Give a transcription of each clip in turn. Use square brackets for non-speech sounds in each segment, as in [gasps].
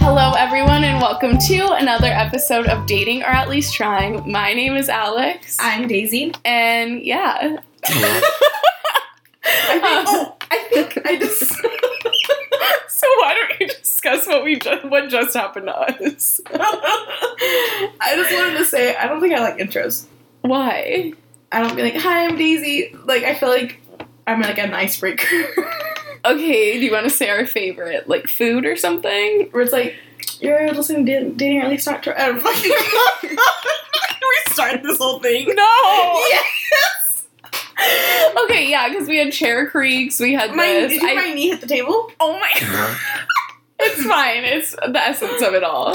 everyone, and welcome to another episode of Dating or At Least Trying. My name is Alex, I'm Daisy. and yeah. [laughs] [laughs] I think, Um, oh, I think I just. [laughs] so why don't you discuss what we ju- what just happened to us? I just wanted to say I don't think I like intros. Why? I don't be like, "Hi, I'm Daisy." Like I feel like I'm like an icebreaker, [laughs] Okay, do you want to say our favorite, like food or something? where it's like, "You're listening to dating or at least not." Try- I don't [laughs] fucking. Oh. Restart this whole thing. No. Yes. Okay, yeah, because we had chair creaks, we had [laughs] My this. did you, I- my knee hit the [laughs] table? oh my! [laughs] It's fine. It's the essence of it all.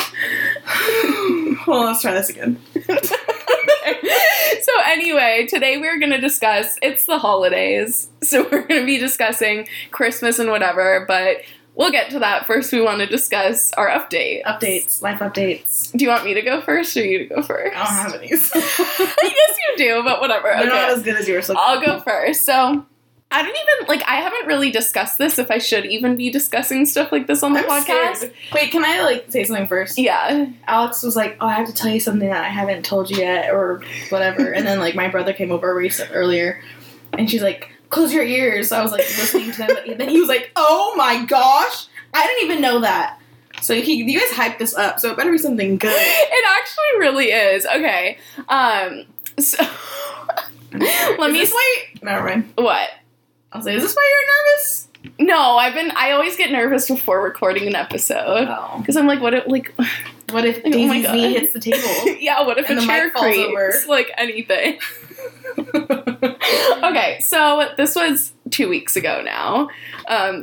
Hold on, let's try this again. [laughs] so anyway, today we're going to discuss it's the holidays. So we're going to be discussing Christmas and whatever, but we'll get to that. First, we want to discuss our update. Updates, life updates. Do you want me to go first or you to go I first? don't have any. [laughs] [laughs] I guess you do, but whatever. They're not Okay. as good as yours. so- I'll go first. So I don't even like I haven't really discussed this if I should even be discussing stuff like this on the I'm podcast. scared. Wait, can I like say something first? Yeah. Alex was like, "Oh, I have to tell you something that I haven't told you yet, or whatever." and then like my brother came over recent earlier, and she's like, "Close your ears." So I was like listening to them, but then he was like, "Oh my gosh, I didn't even know that." So he, you guys hyped this up, so it better be something [laughs] good. it actually really is. Okay. Um so [laughs] let Is me this why? Never mind. what? I was like, "Is this why you're nervous?" No, I've been. I always get nervous before recording an episode Oh. because I'm like, what if like, [laughs] What if Oh my Daisy's God. knee hits the table? yeah, what if And a the chair mic falls creaks? over. Like anything. [laughs] okay, so this was two weeks ago now,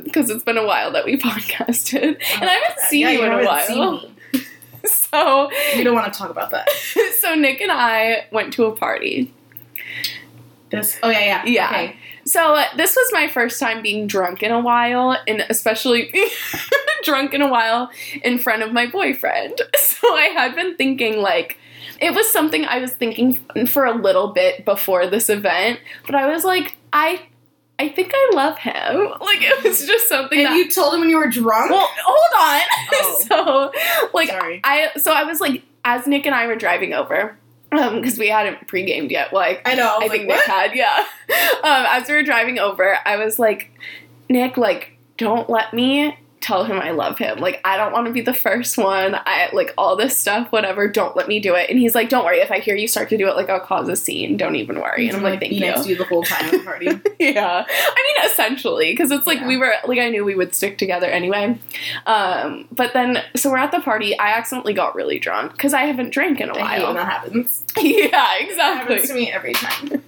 because it's been a while that we [laughs] podcasted, and I [laughs] haven't seen Yeah, you in a haven't seen while. me. [laughs] So, We don't want to talk about that. so Nick and I went to a party. This. Oh yeah, yeah. Yeah. Okay. So uh, this was my first time being drunk in a while, and especially [laughs] drunk in a while in front of my boyfriend. [laughs] So I had been thinking like it was something I was thinking f- for a little bit before this event, but I was like I I think I love him. [laughs] Like it was just something And that you told him when you were drunk. [laughs] Well, hold on. [laughs] Oh. so like Sorry. I so I was like as Nick and I were driving over um cuz we hadn't pre-gamed yet like I know. I, I was think like, Nick what? had, yeah. [laughs] Um, as we were driving over, I was like, Nick, like, don't let me tell him I love him. Like, I don't want to be the first one. I like all this stuff, whatever. Don't let me do it. And he's like, Don't worry. If I hear you start to do it, like, I'll cause a scene. Don't even worry. And I'm like, Thank be next you. to you the whole time at the [laughs] party. [laughs] yeah. I mean, essentially, because it's like Yeah. we were like I knew we would stick together anyway. Um, but then, so we're at the party. I accidentally got really drunk because I haven't drank in a I hate when while. [laughs] that [laughs] happens. yeah, That exactly. happens to me every time.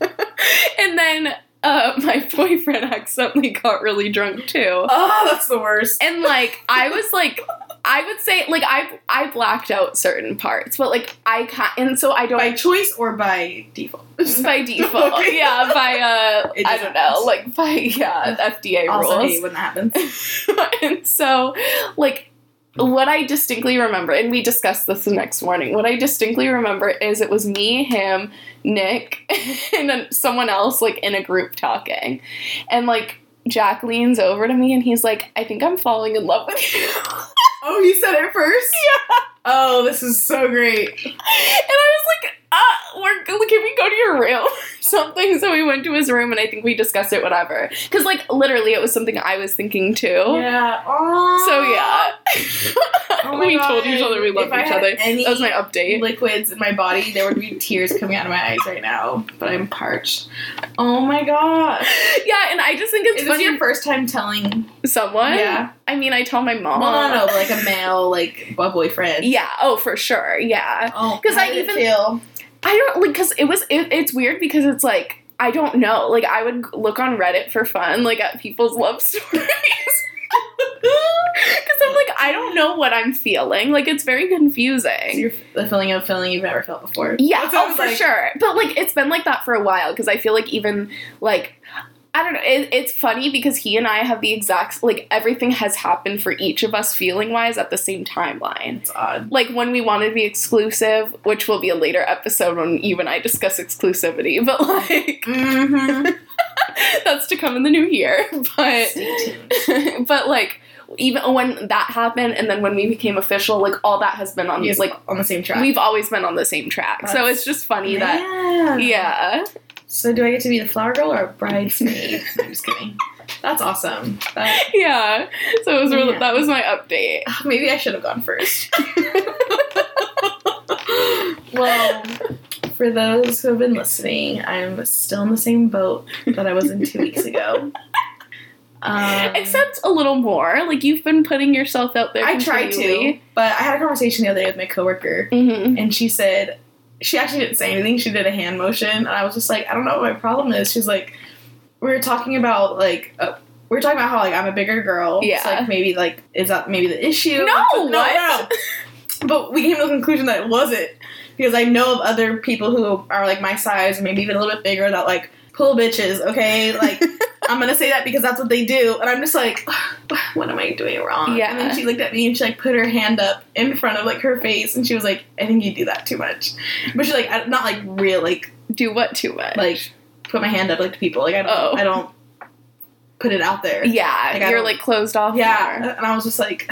and then uh, [laughs] my boyfriend accidentally got really drunk too. Oh, that's the worst. And like I was like, I would say like I I blacked out certain parts, but like I can't, and so I don't [laughs] by by, choice or by [laughs] default. default, Okay. yeah, by uh [laughs] It I just don't know, happens. like by yeah FDA also rules. hate when that happens. [laughs] and so like what I distinctly remember, and we discussed this the next morning, what I distinctly remember is it was me, him, Nick, [laughs] and then someone else like in a group talking. And like Jack leans over to me and he's like, I think I'm falling in love with you. [laughs] [laughs] Oh, you said it first. Yeah. Oh, this is so great. and I was like, uh, we're, can we go to your room [laughs] or something? So we went to his room and I think we discussed it, whatever. Because like literally it was something I was thinking too. Yeah. Oh. So yeah, Oh my we God. told each other we loved If I each had other. any That was my update. Liquids in my body. There would be tears coming out of my eyes right now, but I'm parched. Oh my gosh. [laughs] yeah, and I just think it's Is this funny. your first time telling? someone? Yeah. I mean, I tell my mom. Well, no, no, but like a male, like a boyfriend. Uh. Yeah. Oh, for sure. Yeah. Oh, 'Cause how I did it even- feel? I don't like because it was. It, it's weird because it's like I don't know. Like I would look on Reddit for fun, like at people's love [laughs] stories. Because I'm like, I don't know what I'm feeling. Like, it's very confusing. So you're f- the feeling of feeling you've never felt before. Yeah, That oh, sounds for like- sure. But like, it's been like that for a while because I feel like even like. I don't know. It, it's funny because he and I have the exact like everything has happened for each of us feeling wise at the same timeline. It's odd. Like when we wanted to be exclusive, which will be a later episode when you and I discuss exclusivity, [laughs] but like Mm-hmm. [laughs] that's to come in the new year. [laughs] But Stay tuned. [laughs] but like even when that happened and then when we became official, like all that has been on Yes, like on the same track. we've always been on the same track. so That's- it's just funny yeah. that yeah. So do I get to be the flower girl or a bridesmaid? [laughs] I'm just kidding. That's awesome. That, Yeah. So it was really Yeah. that was my update. ah, [laughs] maybe I should have gone first. [laughs] well, for those who have been listening, I'm still in the same boat that I was in two weeks ago. Um, Except a little more. Like you've been putting yourself out there. I tried to, but I had a conversation the other day with my coworker, Mm-hmm. and she said she actually didn't say anything. She did a hand motion, and I was just like, I don't know what my problem is. She's like, we were talking about like uh, we were talking about how like I'm a bigger girl. It's Yeah. like maybe like is that maybe the issue? No, no, what? no. But we came to the conclusion that it wasn't because I know of other people who are like my size, maybe even a little bit bigger, that like pull bitches. Okay, [laughs] like. I'm gonna say that because that's what they do, and I'm just like, [sighs] what am I doing wrong? Yeah. And then she looked at me and she like put her hand up in front of like her face, and she was like, I think you do that too much. But she like I- not like real like Do what too much? like put my hand up like to people like I don't Oh. I don't put it out there. yeah, Like, I you're don't- like closed off. more. Yeah, and I was just like,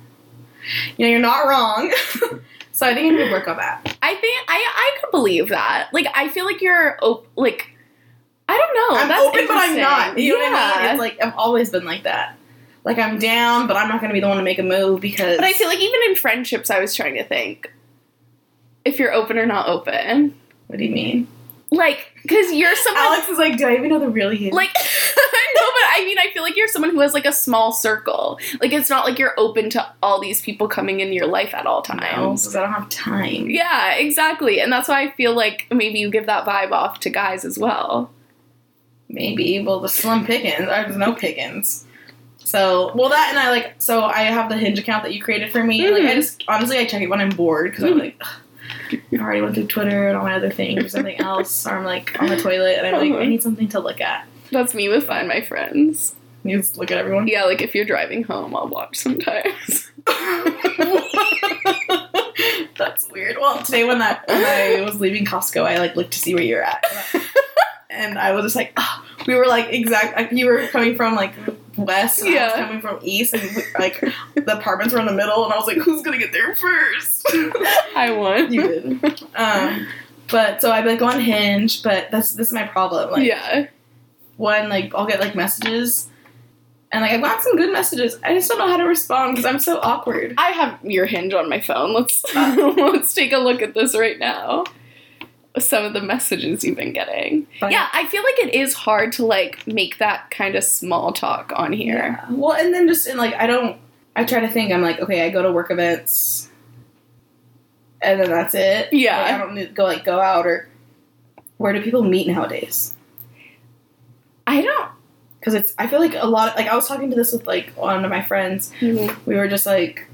[sighs] you know, you're not wrong. [laughs] so I think I'm gonna work on that. I think I I could believe that. Like I feel like you're op- like I don't know. I'm Oh, That's open, but I'm not. interesting. You know yeah. what I mean? It's like I've always been like that. Like I'm down, but I'm not gonna be the one to make a move because. but I feel like even in friendships, I was trying to think if you're open or not open. What do you mean? Like, because you're someone Alex is like, do I even know the real you? like [laughs] no, but I mean, I feel like you're someone who has like a small circle. Like, it's not like you're open to all these people coming into your life at all no, times. because I don't have time. Yeah, exactly, and that's why I feel like maybe you give that vibe off to guys as well. Maybe. Well, the slim pickings. I was no pickings. So, well, that and I like. So I have the Hinge account that you created for me. And, like, I Mhm. just honestly, I check it when I'm bored because Mm-hmm. I'm like, "Ugh, I already went through Twitter and all my other things or something else, or I'm like on the toilet and I'm like, I Uh-huh. need something to look at. That's me with find my friends. You just look at everyone. Yeah, like if you're driving home, I'll watch sometimes. [laughs] [laughs] That's weird. Well, today when I when I was leaving Costco, I like looked to see where you're at, and I was just like, oh. we were like exact. Like, you were coming from like west, and I was Yeah. coming from east, and we- like the apartments were in the middle, and I was like, who's gonna get there first? [laughs] I won. you did. Um, but so I'd like go on Hinge, but that's this is my problem. Like yeah. one, like I'll get like messages. And like I've got some good messages. I just don't know how to respond because I'm so awkward. I have your hinge on my phone. Let's [laughs] Uh. let's take a look at this right now. Some of the messages you've been getting. But- Yeah, I feel like it is hard to like make that kind of small talk on here. Yeah. Well, and then just in like I don't. I try to think. I'm like, okay, I go to work events, and then that's it. Yeah. Like, I don't need to go like go out or. Where do people meet nowadays? I don't Because it's. I feel like a lot. like I was talking to this with like one of my friends. We were just like.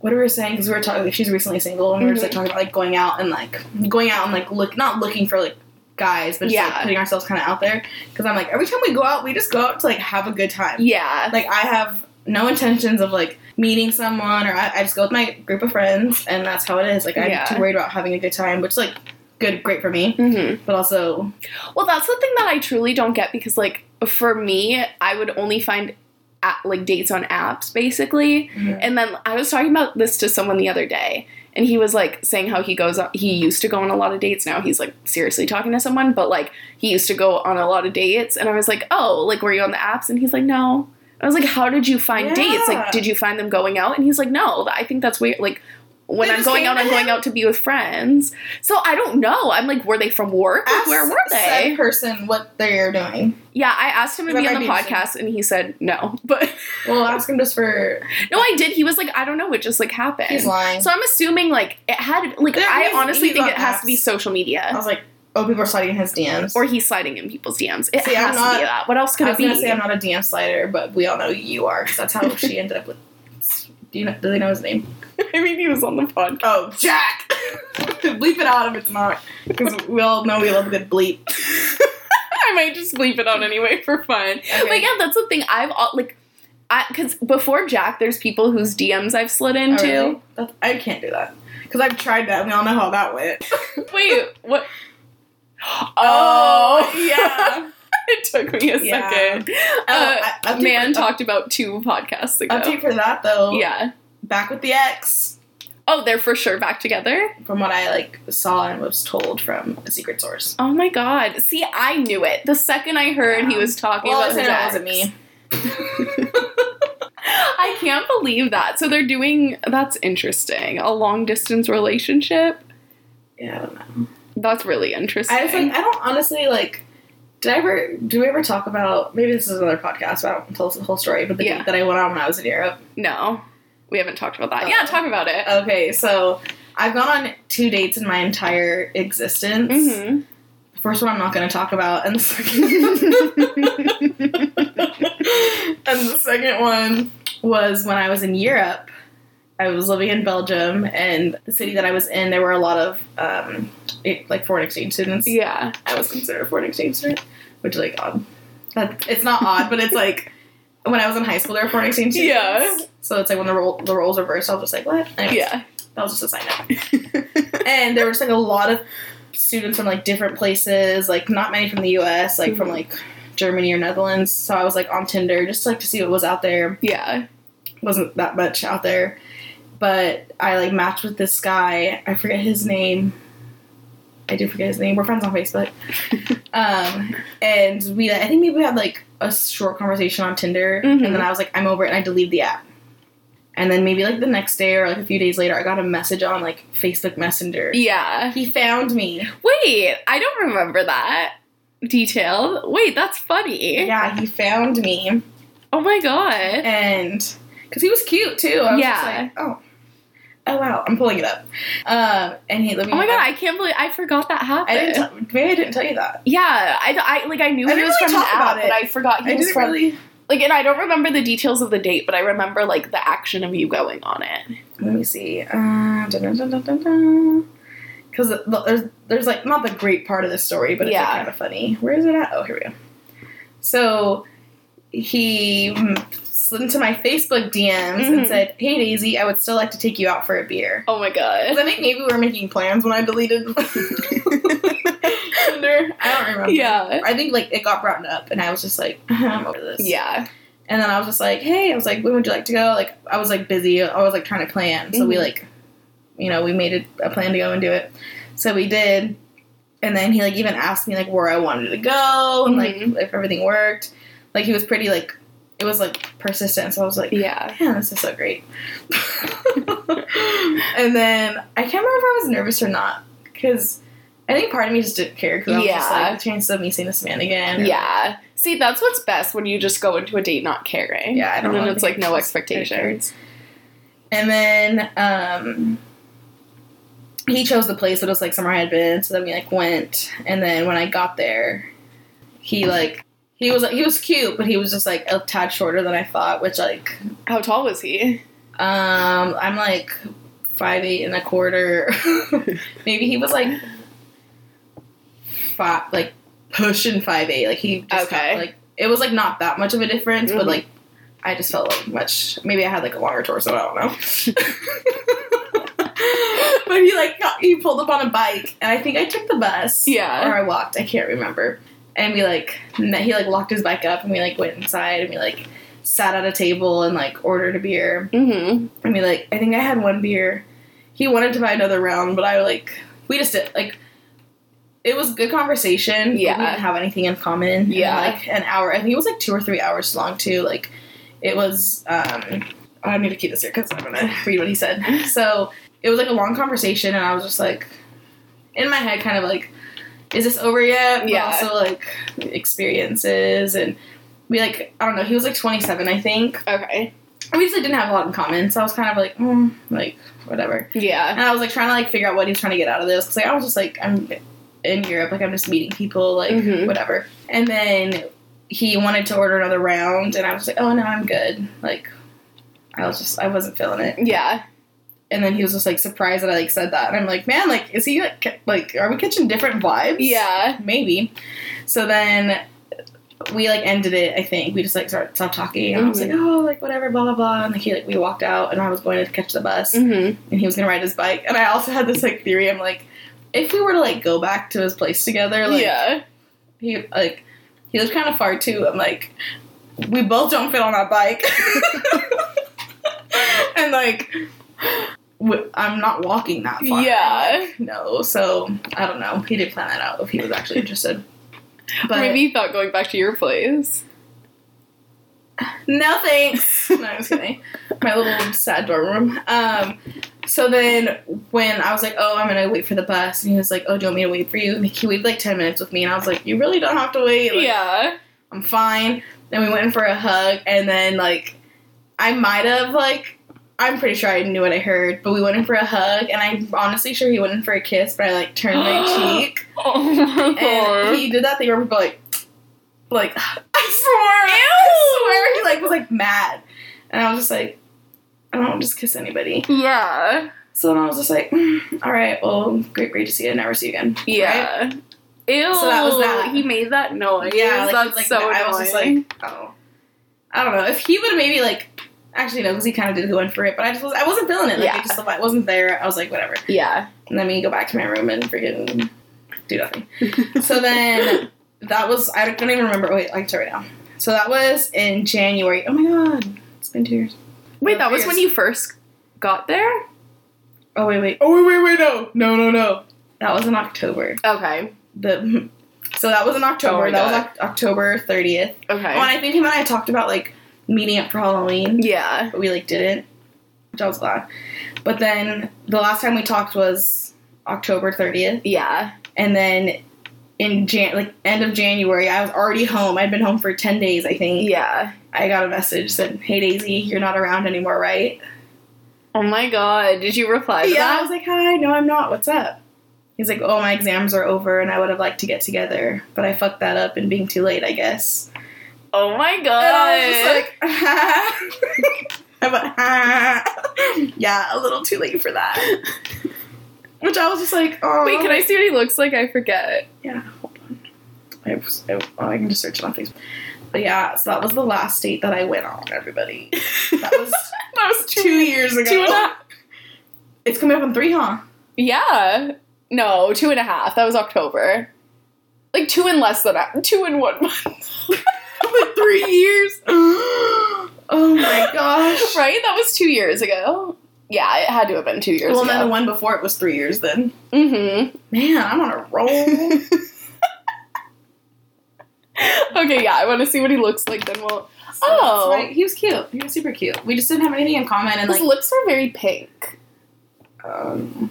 What we were saying because we were talking. Like, she's recently single, and we were just like Mhm. talking about like going out and like going out and like look not looking for like guys, but just like Yeah. putting ourselves kind of out there. Because I'm like every time we go out, we just go out to like have a good time. Yeah. Like I have no intentions of like meeting someone, or I, I just go with my group of friends, and that's how it is. Like I'm Yeah. too worried about having a good time, which like good, great for me, hmm but also Well, that's the thing that I truly don't get because, like, for me, I would only find at, like dates on apps basically. Mhm. And then I was talking about this to someone the other day, and he was like saying how he goes, on, he used to go on a lot of dates. Now he's like seriously talking to someone, but like he used to go on a lot of dates. And I was like, oh, like were you on the apps? And he's like, no. I was like, how did you find Yeah. dates? Like, did you find them going out? And he's like, no. I think that's weird. Like. When They I'm just going came out, to I'm going him? out to be with friends. So I don't know. I'm like, were they from work? Like, ask where were they? said person what they're doing. Yeah, I asked him to That be might on the be podcast and he said no. [laughs] But Well, ask him just for no, I did. He was like, I don't know, it just like happened. he's lying. So I'm assuming like it had like There I is- honestly he's think on it has apps. to be social I media. was like, oh, people are sliding in his DMs. Or he's sliding in people's DMs. It See, I'm has to not- be that. What else could I it was be? gonna say I'm not a DM slider, but we all know you are because that's how [laughs] she ended up with. Do you know? Do they know his name? [laughs] I mean, he was on the podcast. Oh, Jack. [laughs] bleep it out if it's [laughs] not, because we all know we love a good bleep. [laughs] I might just leave it on anyway for fun. Okay. But yeah, that's the thing. I've all like, I because before Jack, there's people whose DMs I've slid into. Oh, really? That's- I can't do that because I've tried that. and We all [laughs] [gasps] know how that went. Wait, what? Oh, [laughs] yeah. it took me a Yeah. second. Oh, Uh, I- update Man for, talked about two podcasts ago. Update for that though. yeah. Back with the ex, Oh, they're for sure back together. from what I like saw and was told from a secret source. Oh my god. See, I knew it. The second I heard he Yeah. was talking Well, I about said his it ex. wasn't me. [laughs] I can't believe that. So they're doing that's interesting. A long distance relationship. Yeah, I don't know. That's really interesting. I just like I don't honestly like. Did I ever? Do we ever talk about? Maybe this is another podcast. But I don't tell us the whole story. But the Yeah. date that I went on when I was in Europe. no. We haven't talked about that. Oh. Yeah, talk about it. Okay, so I've gone on two dates in my entire existence. Mhm. The first one I'm not going to talk about, and the [laughs] Mm-hmm. second, [laughs] and the second one was when I was in Europe. I was living in Belgium, and the city that I was in, there were a lot of um, it- like foreign exchange students. Yeah. I was considered a foreign exchange student, which is like odd. That, it's not odd, but it's like when I was in high school, there were foreign exchange students. Yeah. So it's like when the role the roles reversed, I was just like, what? Anyways, Yeah. That was just a sign up and there was like a lot of students from like different places, like not many from the U.S., like from Mhm. like Germany or Netherlands. So I was like on Tinder just like to see what was out there. yeah. Wasn't that much out there, but I like matched with this guy. I forget his name. I do forget his name. We're friends on Facebook, um, and we I think maybe we had like a short conversation on Tinder, Mhm. and then I was like I'm over it and I deleted the app. And then maybe like the next day or like a few days later, I got a message on like Facebook Messenger. Yeah. He found me. Wait, I don't remember that detail. Wait, that's funny. Yeah, he found me. Oh my god. And because he was cute too. I was just Yeah. like, oh. Oh wow, I'm pulling it up. Um, and he let me. Oh my god, I can't believe I forgot that I happened. didn't. Tell, maybe I didn't tell you that. yeah, I, I like I knew I he didn't was really from the talk about app, but it. I forgot he I was didn't from really. like, and I don't remember the details of the date, but I remember like the action of you going on it. Let me see. Uh, Because there's there's like not the great part of the story, but it's Yeah. like, kind of funny. Where is it at? Oh, here we go. So he mm, slid into my Facebook DMs Mhm. and said, "Hey Daisy, I would still like to take you out for a beer." Oh my god. Because I think maybe we were making plans when I deleted [laughs] Tinder. I don't remember. Yeah. Uh-huh. I think like it got brought up, and I was just like, I'm over this. Yeah. And then I was just like, hey, I was like, when would you like to go? Like, I was like busy. I was like trying to plan. So we Mhm. like, you know, we made it a plan to go and do it. So we did. And then he like even asked me like where I wanted to go and Mhm. like if everything worked. Like he was pretty like it was like persistent. So I was like, Yeah. man, this is so great. and then I can't remember if I was nervous or not because I think part of me just didn't care because I was just Yeah. like, the chance of me seeing this man again. Yeah. See, that's what's best when you just go into a date not caring. Yeah, I don't And then know. it's like no expectations. expectations. And then um, he chose the place, but it was like somewhere I had been. So then we like went, and then when I got there, he like he was like he was cute, but he was just like a tad shorter than I thought, which like How tall was he? Um, I'm like five eight and a quarter. [laughs] Maybe he was like five, like pushing five eight. Like he just Okay. felt like it was like not that much of a difference, Mhm. but like I just felt like much. Maybe I had like a longer torso. I don't know. [laughs] but he like got, he pulled up on a bike, and I think I took the bus. Yeah. or I walked. I can't remember. And we like met, he like locked his bike up, and we like went inside, and we like sat at a table and like ordered a beer. Mm-hmm. I mean, like, I think I had one beer. He wanted to buy another round, but I, like, we just did, like, it was good conversation. but Yeah. We didn't have anything in common. And, Yeah. like, an hour. I think it was, like, two or three hours long, too. Like, it was, um, I need to keep this here because I'm going to read what [laughs] he said. So, it was, like, a long conversation, and I was just, like, in my head, kind of, like, is this over yet? But Yeah. also, like, experiences and. We like I don't know. He was like 27, I think, Okay. we just like, didn't have a lot in common, so I was kind of like, mm, like whatever. Yeah. And I was like trying to like figure out what he's trying to get out of this because like I was just like I'm in Europe, like I'm just meeting people, like Mhm. whatever. And then he wanted to order another round, and I was like, oh no, I'm good. Like I was just I wasn't feeling it. Yeah. And then he was just like surprised that I like said that, and I'm like, man, like is he like ca- like are we catching different vibes? Yeah. maybe. So then we like ended it. I think we just like started stopped talking, and I was Mhm. like, oh, like whatever, blah blah blah. And like he like we walked out, and I was going to catch the bus, Mm-hmm. and he was gonna ride his bike. And I also had this like theory. I'm like, if we were to like go back to his place together, like yeah. he like He lives kind of far too. I'm like, we both don't fit on that bike. [laughs] and like, w- I'm not walking that far. Yeah. No, so I don't know. He didn't plan that out if he was actually interested. But Maybe he thought going back to your [laughs] place. no thanks. no, I was kidding. My little sad dorm room. Um, so then when I was like, oh, I'm gonna wait for the bus, and he was like, oh, do you want me to wait for you? And he waited like ten minutes with me, and I was like, you really don't have to wait. Like, yeah. [laughs] I'm fine. Then we went in for a hug, and then like I might have like I'm pretty sure I knew what I heard, but we went in for a hug, and I'm honestly sure he went in for a kiss, but I like turned my cheek, Oh my and god. he did that thing where people like like [sighs] I swear, I swear he like was like mad, and I was just like I don't just kiss anybody. yeah. So then I was just like, "Mm, all right, well, great, great to see you, never see you again. Right? Yeah. Ew. So that was that. He made that noise. Yeah, like, that's like, so annoying. I was just like, oh, I don't know. If he would have maybe like, actually no, because he kind of did go in for it, but I just was, I wasn't feeling it. Like, Yeah. it just I wasn't there. I was like, whatever. yeah. And then we go back to my room and freaking do [laughs] nothing. so then that was I don't even remember. Wait, I can tell right now. So that was in January. Oh my god, it's been two years. Wait, that was when you first got there? Oh wait, wait. Oh wait, wait, wait. No, no, no, no. That was in October. Okay. The so that was in October. my that was God. Oc- October thirtieth. Okay. When I think him and I talked about like meeting up for Halloween, yeah. but we like didn't, which I was glad. But then the last time we talked was October 30th, Yeah. and then in Jan like end of January, I was already home. I'd been home for 10 days, I think. Yeah. I got a message said, "Hey Daisy, you're not around anymore, right?" Oh my god. Did you reply to yeah, I that? was like, "Hi, no, I'm not. What's up?" He's like, "Oh, my exams are over, and I would have liked to get together, but I fucked that up and being too late, I guess." Oh my god. And I was just like, I'm like, [laughs] yeah, a little too late for that. Which I was just like, oh. Wait, can I see what he looks like? I forget. Yeah, hold on. I, was- I, oh, I can just search it on Facebook. But yeah, so that was the last date that I went on, everybody. That [laughs] was That was two years ago. Two and a half. It's coming up on [gasps] three, huh? Yeah. No, two and a half. That was October. Like two and less than a, two and one month. [laughs] Like three years. oh [laughs] my gosh. right? That was two years ago. Yeah, it had to have been two years Well, then the ago. one before it was three years then. Mm-hmm. Man, I'm on a [laughs] roll. Okay, yeah, I want to see what he looks like. Then we'll. So that's Oh. right. he was cute. He was super cute. We just didn't have anything in common, and His like, lips are very pink. um,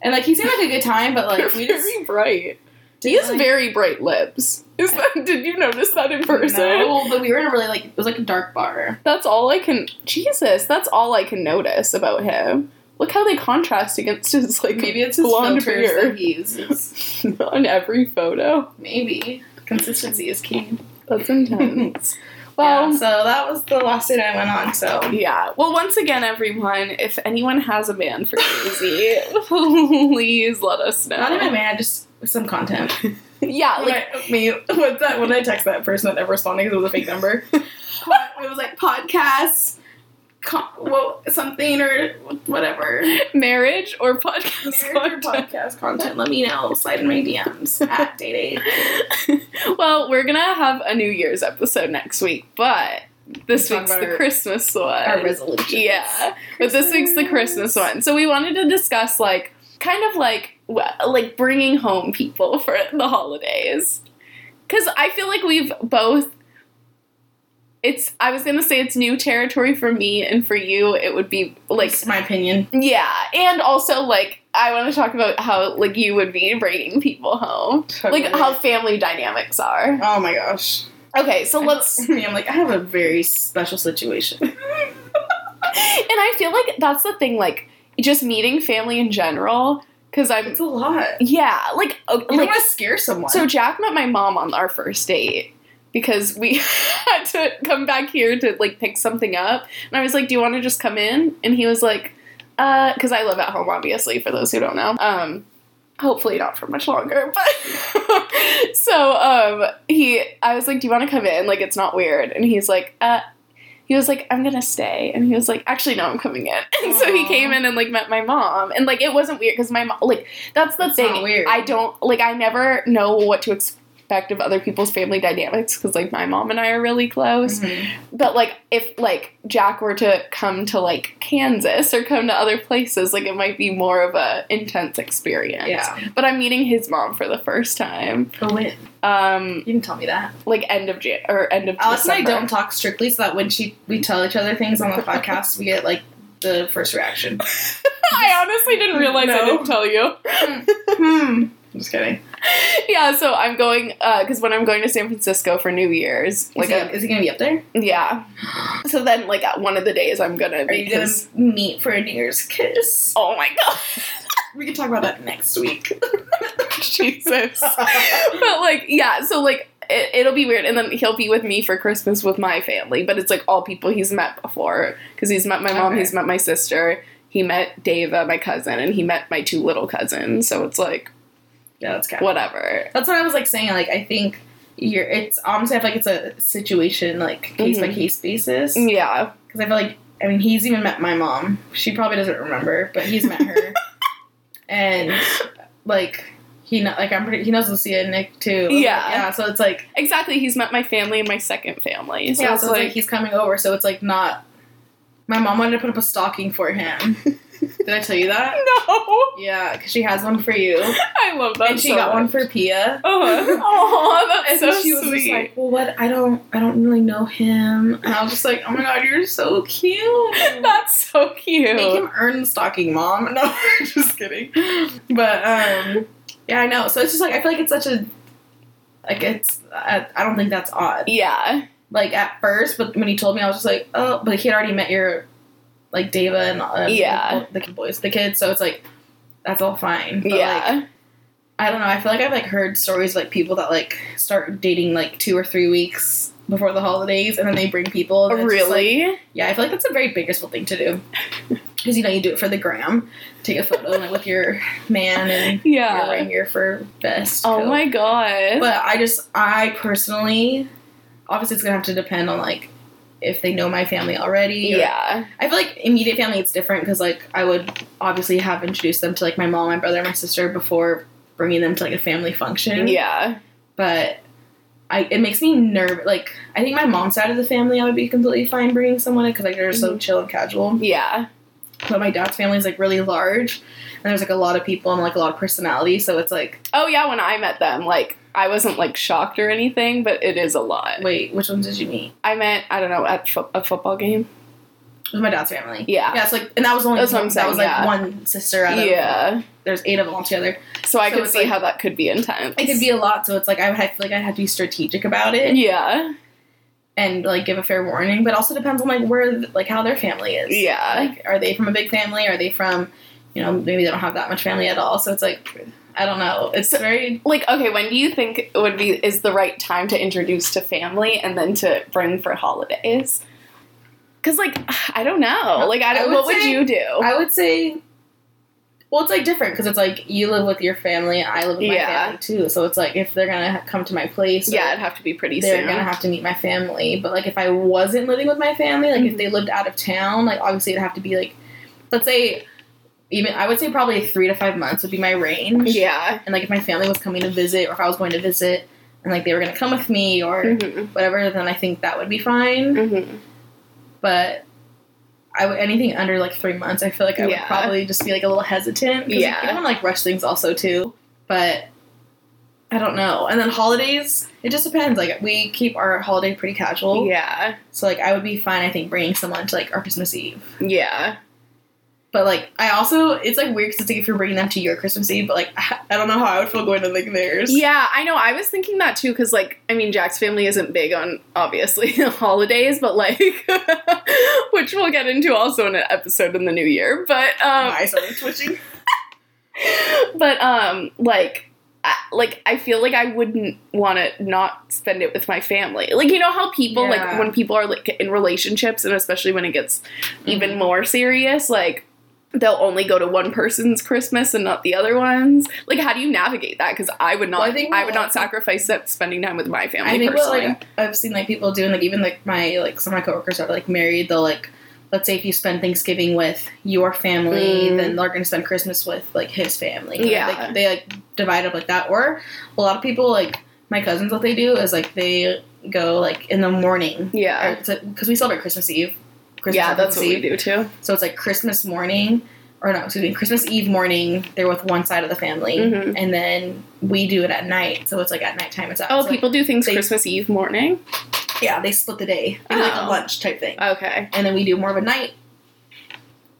and like he seemed like a good time, but They're like [laughs] we very just bright. He didn't has really very bright lips. Is that? Did you notice that in person? know, but we were in a really like it was like a dark bar. That's all I can. Jesus, that's all I can notice about him. Look how they contrast against his like Maybe it's his blonde filters beard that he uses. [laughs] on every photo. Maybe consistency is key. That's intense. well, [laughs] yeah, so that was the last date I went on. So Yeah. Well, once again, everyone, if anyone has a man for Daisy, [laughs] please let us know. not even man, just some content. Yeah, [laughs] like, Like me, what's that? When did I text that person that never responded because it was a [laughs] fake number? Pod- it was like podcasts, com- well, something or whatever. marriage or podcast. marriage [laughs] or content. podcast content, let me know. Slide in my DMs at [laughs] dating. well, we're gonna have a New Year's episode next week, but this We talk week's about the our- Christmas one. Our resolution. Yeah, but this week's the Christmas one. So we wanted to discuss like kind of like wh- like bringing home people [laughs] for the holidays. Cuz I feel like we've both it's I was going to say it's new territory for me and for you it would be like Like my opinion. yeah, and also like I want to talk about how like you would be bringing people home. Like how family dynamics are. Oh my gosh. Okay, so I let's [laughs] know- I'm like I have a very special situation. [laughs] and I feel like that's the thing like just meeting family in general cuz I'm It's a lot. Yeah, like uh, You don't like want to scare someone. so Jack met my mom on our first date because we [laughs] had to come back here to like pick something up. And I was like, "Do you want to just come in?" And he was like, "Uh, cuz I live at home obviously for those who don't know." Um hopefully not for much longer, [laughs] but [laughs] so um he I was like, "Do you want to come in? Like it's not weird." And he's like, "Uh he was like, I'm gonna stay, and he was like, actually, no, I'm coming in. [laughs] And so he Aw. came in and like met my mom, and like it wasn't weird because my mom, like that's the It's thing. not weird. I don't like I never know what to perspective of other people's family dynamics because like my mom and I are really Mm-hmm. close. But like if like Jack were to come to like Kansas or come to other places, like it might be more of a intense experience. Yeah. But I'm meeting his mom for the first time. But when, Um, you can tell me that. like end of Jan- or end of Alice and I December. don't talk strictly so that when she we tell each other things on the podcast, we get like the first [laughs] reaction. [laughs] I honestly didn't realize I No. didn't tell you. [laughs] hmm. Just kidding. Yeah, so I'm going because when I'm going to San Francisco for New Year's, like Like, is, I'm- he, is he gonna be up there? yeah. So then, like at one of the days, I'm gonna. Are you be gonna his- meet for a New Year's kiss? Oh my god, [laughs] We can talk about that next week. [laughs] Jesus! [laughs] but like, yeah. So like, it, it'll be weird, and then he'll be with me for Christmas with my family, but it's like all people he's met before because he's met my mom, Okay. he's met my sister, he met Dava, my cousin, and he met my two little cousins. So it's like yeah, that's kind whatever. That's what I was like saying. Like I think you're. It's honestly, I feel like it's a situation like case by case basis. Because Yeah, I feel like I mean he's even met my mom. She probably doesn't remember, but he's met [laughs] her, and like he kno- like I'm pretty. He knows Lucia and Nick too. Like, Yeah. yeah. So it's like exactly. He's met my family and my second family. So yeah. it's So it's like he's coming over. So it's like not. My mom wanted to put up a stocking for [laughs] him. Did I tell you that? [laughs] no. Yeah, because she has one for you, I love that. and she got one [laughs] for Pia. Uh-huh. Oh, that's And so so she was just sweet. like, "Well, what? I don't, I don't really know him." And I was just like, "Oh my god, you're so [laughs] cute! [laughs] that's so cute. Make him earn the stocking, mom." [laughs] No, [laughs] just kidding. But um, yeah, I know. So it's just like I feel like it's such a like it's. I, I don't think that's odd. yeah, Like at first, but when he told me, I was just like, "Oh," but he had already met your like Dava and uh, Yeah. the, the boys, the kids. So it's like that's all fine. But, like, yeah, I don't know. I feel like I've like heard stories like people that like start dating like two or three weeks before the holidays, and then they bring people. and it's just, like- really. yeah, I feel like that's a very Bakersfield thing [laughs] to do, because you know you do it for the gram, take a photo like with your man, and you're yeah. wearing your fur vest. Oh coat. my god. But I just, I personally, obviously, it's gonna have to depend on like if they know my family already. or- yeah, I feel like immediate family it's different because like I would obviously have introduced them to like my mom, my brother, my sister before bringing them to like a family function. yeah, But I it makes me nervous. Like I think my mom's side of the family I would be completely fine bringing someone in because like they're Mm-hmm. so chill and casual. yeah. But my dad's family is like really large, and there's like a lot of people and like a lot of personality. So it's like Oh yeah. When I met them, like I wasn't like shocked or anything, but it is a lot. wait, which ones did you meet? I met I don't know at fo- a football game. It was my dad's family. Yeah. Yeah, it's like, and that was only That's what I'm that was like saying, yeah. one sister out of Yeah. there's eight of them altogether. So I So could it's see like- how that could be intense. It could be a lot, so it's like I would have, feel like I have to be strategic about it. Yeah. and like give a fair warning, but also depends on like where like how their family is. Yeah. Like are they from a big family? Are they from you know, maybe they don't have that much family at all. So it's like I don't know. It's very Like okay, when do you think would be is the right time to introduce to family and then to bring for holidays? Cause like [sighs] I don't know, like I I don't. would what would say- you do? I would say well, it's like different because it's like you live with your family, I live with my Yeah. family too. So it's like if they're gonna ha- come to my place, or yeah, it'd have to be pretty they're soon. gonna have to meet my family. But like if I wasn't living with my family, like Mhm. if they lived out of town, like obviously it'd have to be like, let's say, even I would say probably three to five months would be my range. yeah. and like if my family was coming to visit or if I was going to visit and like they were gonna come with me or hmm whatever, then I think that would be fine. hmm But I would anything under like three months, I feel like I Yeah. would probably just be like a little hesitant. 'cause, like, Yeah. you don't want to like rush things also too. But I don't know. And then holidays, it just depends. Like we keep our holiday pretty casual, Yeah. so like I would be fine. I think bringing someone to like our Christmas Eve. Yeah. But like I also, it's like weird because it's like if you're bringing them to your Christmas Eve, but like [laughs] I don't know how I would feel going to like theirs. Yeah, I know. I was thinking that too, because, like, I mean, Jack's family isn't big on, obviously, [laughs] holidays, but, like, [laughs] which we'll get into also in an episode in the new year. But, um, My eyes are twitching. but, um, like, I, like I feel like I wouldn't want to not spend it with my family. Like you know how people like Yeah. when people are like in relationships and especially when it gets Mm-hmm. even more serious, like they'll only go to one person's Christmas and not the other one's. Like how do you navigate that? Because I would not, Well, I, I think would we'll- not sacrifice that spending time with my family I think what personally. like I've seen like people doing like even like my like some of my coworkers are like married. They'll like let's say if you spend Thanksgiving with your family, Mm. then they're going to spend Christmas with like his family. Yeah. like, they like divide up like that. Or a lot of people like my cousins what they do is like they go like in the morning Yeah. because we celebrate Christmas Eve. Christmas yeah, and that's what Christmas we Eve. do too. So it's like Christmas morning, or no, excuse me, Christmas Eve morning. They're with one side of the family, Mhm. and then we do it at night. So it's like at nighttime. It's out. Oh, So, like, people do things they- Christmas Eve morning. yeah, they split the day, They do, like a Oh. lunch type thing, Okay. and then we do more of a night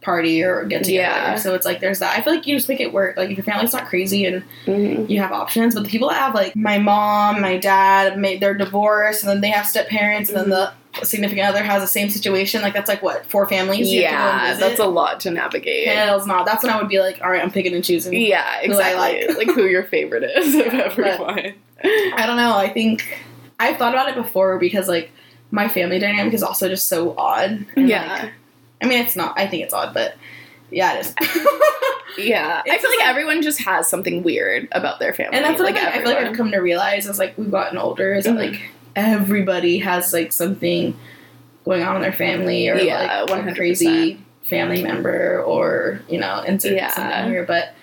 party or get together. Yeah. So it's like there's that. I feel like you just make it work. Like if your family's not crazy and Mhm. you have options, but the people that have like my mom, my dad, ma- they're divorced, and then they have step parents, and then Mm-hmm. the significant other has the same situation. Like that's like what four families. you have to go and Yeah, visit? that's a lot to navigate. Hell's no. That's when I would be like, all right, I'm picking and choosing. Yeah, Who I exactly. like who your favorite is of Yeah, but- everyone. I don't know. I think I've thought about it before because like my family dynamic is also just so odd. and, yeah. like, I mean, it's not. I think it's odd, but [laughs] yeah, it is. yeah. I it's feel like, just like- everyone just has something weird about their family. and that's what like, I feel like I've everyone. come to realize as like we've gotten older is that Mhm. like everybody has like something going on in their family or Yeah, like a 100%. crazy family member or you know insert Yeah. something here. But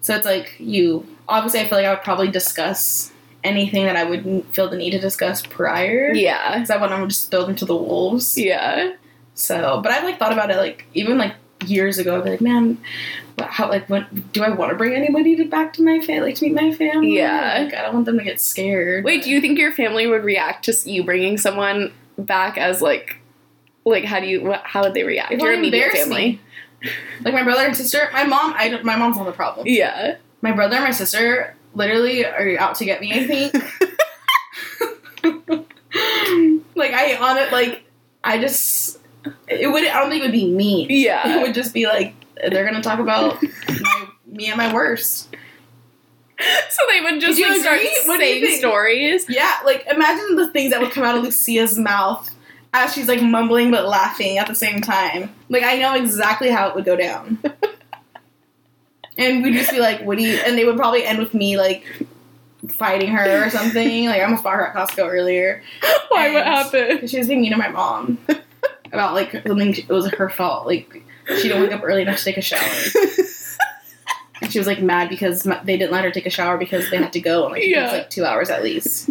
so it's like you obviously I feel like I would probably discuss anything that I would n- feel the need to discuss prior. Yeah. Because I wouldn't want to just throw them to the wolves. Yeah. So, but I've like thought about it like even like years ago. I'd be like, man, wh- how like what do I want to bring anybody to, back to my family like to meet my family? Yeah. like I don't want them to get scared. Wait, do you think your family would react to s- you bringing someone back as like, like how do you? wh- How would they react? It your wouldn't immediate embarrass family. me. like my brother and sister? My mom, I don't, my mom's not the problem. Yeah. [laughs] My brother and my sister literally are out to get me. [laughs] I think. [laughs] like I on it like I just it would I don't think it would be me. It Yeah. would just be like they're gonna talk about my, me at my worst. so they would just Would you like, start agree? What do you saying think? stories. Yeah, like imagine the things that would come out of Lucia's mouth as she's like mumbling but laughing at the same time. Like I know exactly how it would go down. and we'd just be like, "What do you?" And they would probably end with me like fighting her or something. Like I'm a fought her at Costco earlier Why? What And- [laughs] happened? because she was being mean to [laughs] my mom about like something. It was her fault. Like she didn't wake up early enough to take a shower. [laughs] And she was like mad because m- they didn't let her take a shower because they had to go and like it Yeah. takes like two hours at least.